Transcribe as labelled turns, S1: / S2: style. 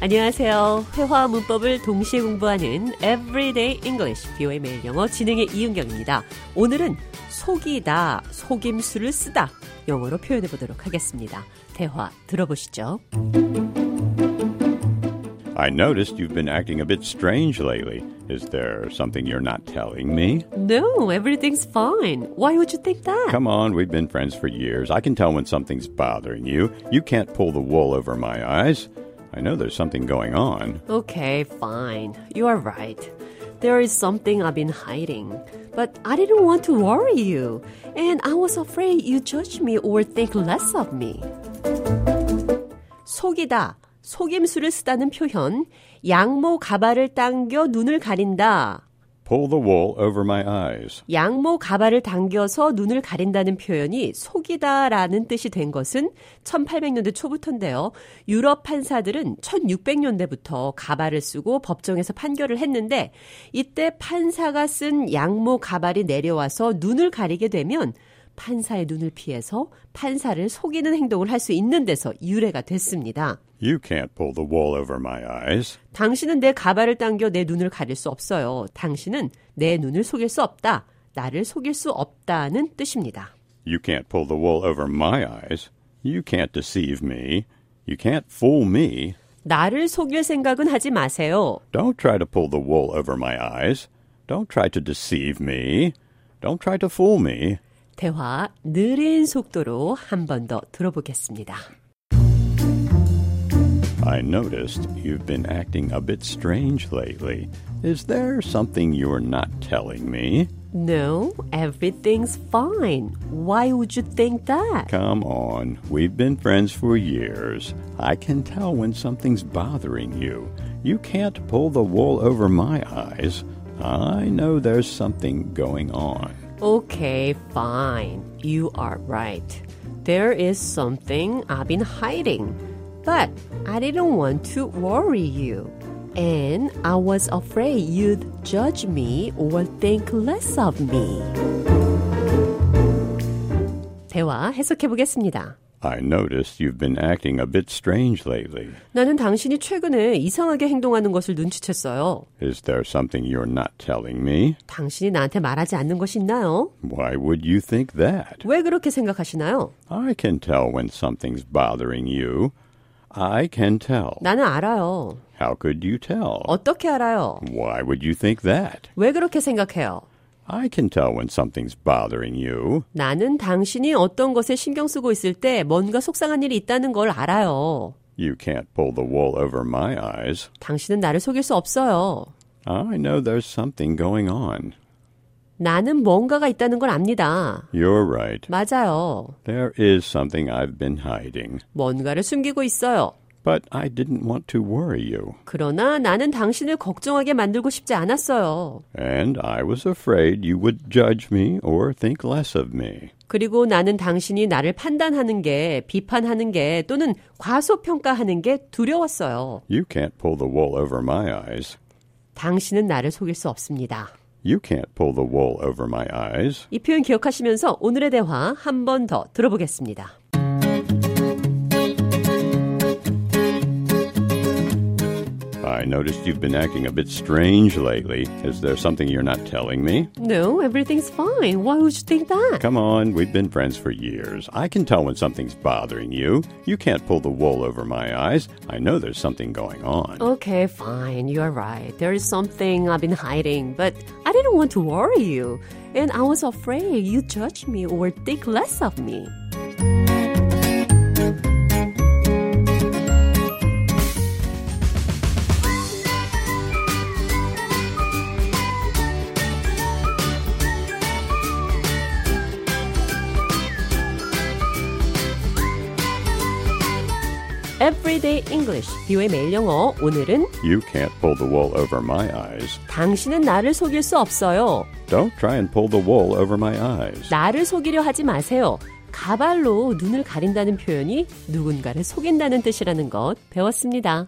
S1: 안녕하세요. 회화 문법을 동시에 공부하는 Everyday English 비오의 매일 영어 진행의 이은경입니다. 오늘은 속이다, 속임수를 쓰다 영어로 표현해 보도록 하겠습니다. 대화 들어보시죠.
S2: I noticed you've been acting a bit strange lately. Is there something you're not telling me?
S1: No, everything's fine. Why would you think that?
S2: Come on, we've been friends for years. I can tell when something's bothering you. You can't pull the wool over my eyes. I know there's something going on.
S1: Okay, fine. You are right. There is something I've been hiding. But I didn't want to worry you. And I was afraid you judge me or think less of me. 속이다. 속임수를 쓰다는 표현. 양모 가발을 당겨 눈을 가린다.
S2: Pull the wool over my eyes.
S1: 양모 가발을 당겨서 눈을 가린다는 표현이 속이다라는 뜻이 된 것은 1800년대 초부터인데요. 유럽 판사들은 1600년대부터 가발을 쓰고 법정에서 판결을 했는데 이때 판사가 쓴 양모 가발이 내려와서 눈을 가리게 되면 판사의 눈을 피해서 판사를 속이는 행동을 할 수 있는 데서 유래가 됐습니다.
S2: You can't pull the wool over my eyes.
S1: 당신은 내 가발을 당겨 내 눈을 가릴 수 없어요. 당신은 내 눈을 속일 수 없다. 나를 속일 수 없다는 뜻입니다.
S2: You can't pull the wool over my eyes. You can't deceive me. You can't fool me.
S1: 나를 속일 생각은 하지 마세요.
S2: Don't try to pull the wool over my eyes. Don't try to deceive me. Don't try to fool me.
S1: 대화 느린 속도로 한 번 더 들어보겠습니다.
S2: I noticed you've been acting a bit strange lately. Is there something you're not telling me?
S1: No, everything's fine. Why would you think that?
S2: Come on, we've been friends for years. I can tell when something's bothering you. You can't pull the wool over my eyes. I know there's something going on.
S1: Okay, fine. You are right. There is something I've been hiding. But I didn't want to worry you. And I was afraid you'd judge me or think less of me. 대화 해석해 보겠습니다.
S2: I noticed you've been acting a bit strange lately.
S1: 나는 당신이 최근에 이상하게 행동하는 것을 눈치챘어요.
S2: Is there something you're not telling me?
S1: 당신이 나한테 말하지 않는 것이 있나요?
S2: Why would you think that?
S1: 왜 그렇게 생각하시나요?
S2: I can tell when something's bothering you. I can tell.
S1: 나는 알아요.
S2: How could you tell?
S1: 어떻게 알아요?
S2: Why would you think that?
S1: 왜 그렇게 생각해요?
S2: I can tell when something's bothering you.
S1: 나는 당신이 어떤 것에 신경 쓰고 있을 때 뭔가 속상한 일이 있다는 걸 알아요.
S2: You can't pull the wool over my eyes.
S1: 당신은 나를 속일 수 없어요.
S2: I know there's something going on.
S1: 나는 뭔가가 있다는 걸 압니다.
S2: You're right.
S1: 맞아요.
S2: There is something I've been hiding.
S1: 뭔가를 숨기고 있어요.
S2: But I didn't want to worry you.
S1: 그러나 나는 당신을 걱정하게 만들고 싶지 않았어요.
S2: And I was afraid you would judge me or think less of me.
S1: 그리고 나는 당신이 나를 판단하는 게, 비판하는 게, 또는 과소평가하는 게 두려웠어요.
S2: You can't pull the wool over my eyes.
S1: 당신은 나를 속일 수 없습니다.
S2: You can't pull the wool over my eyes.
S1: 이 표현 기억하시면서 오늘의 대화 한 번 더 들어보겠습니다.
S2: I noticed you've been acting a bit strange lately. Is there something you're not telling me?
S1: No, everything's fine. Why would you think that?
S2: Come on, we've been friends for years. I can tell when something's bothering you. You can't pull the wool over my eyes. I know there's something going on.
S1: Okay, fine. You're right. There is something I've been hiding, but I didn't want to worry you. And I was afraid you'd judge me or think less of me. Everyday English, 비오의 매일 영어. 오늘은
S2: You can't pull the wool over my eyes.
S1: 당신은 나를 속일 수 없어요.
S2: Don't try and pull the wool over my eyes.
S1: 나를 속이려 하지 마세요. 가발로 눈을 가린다는 표현이 누군가를 속인다는 뜻이라는 것 배웠습니다.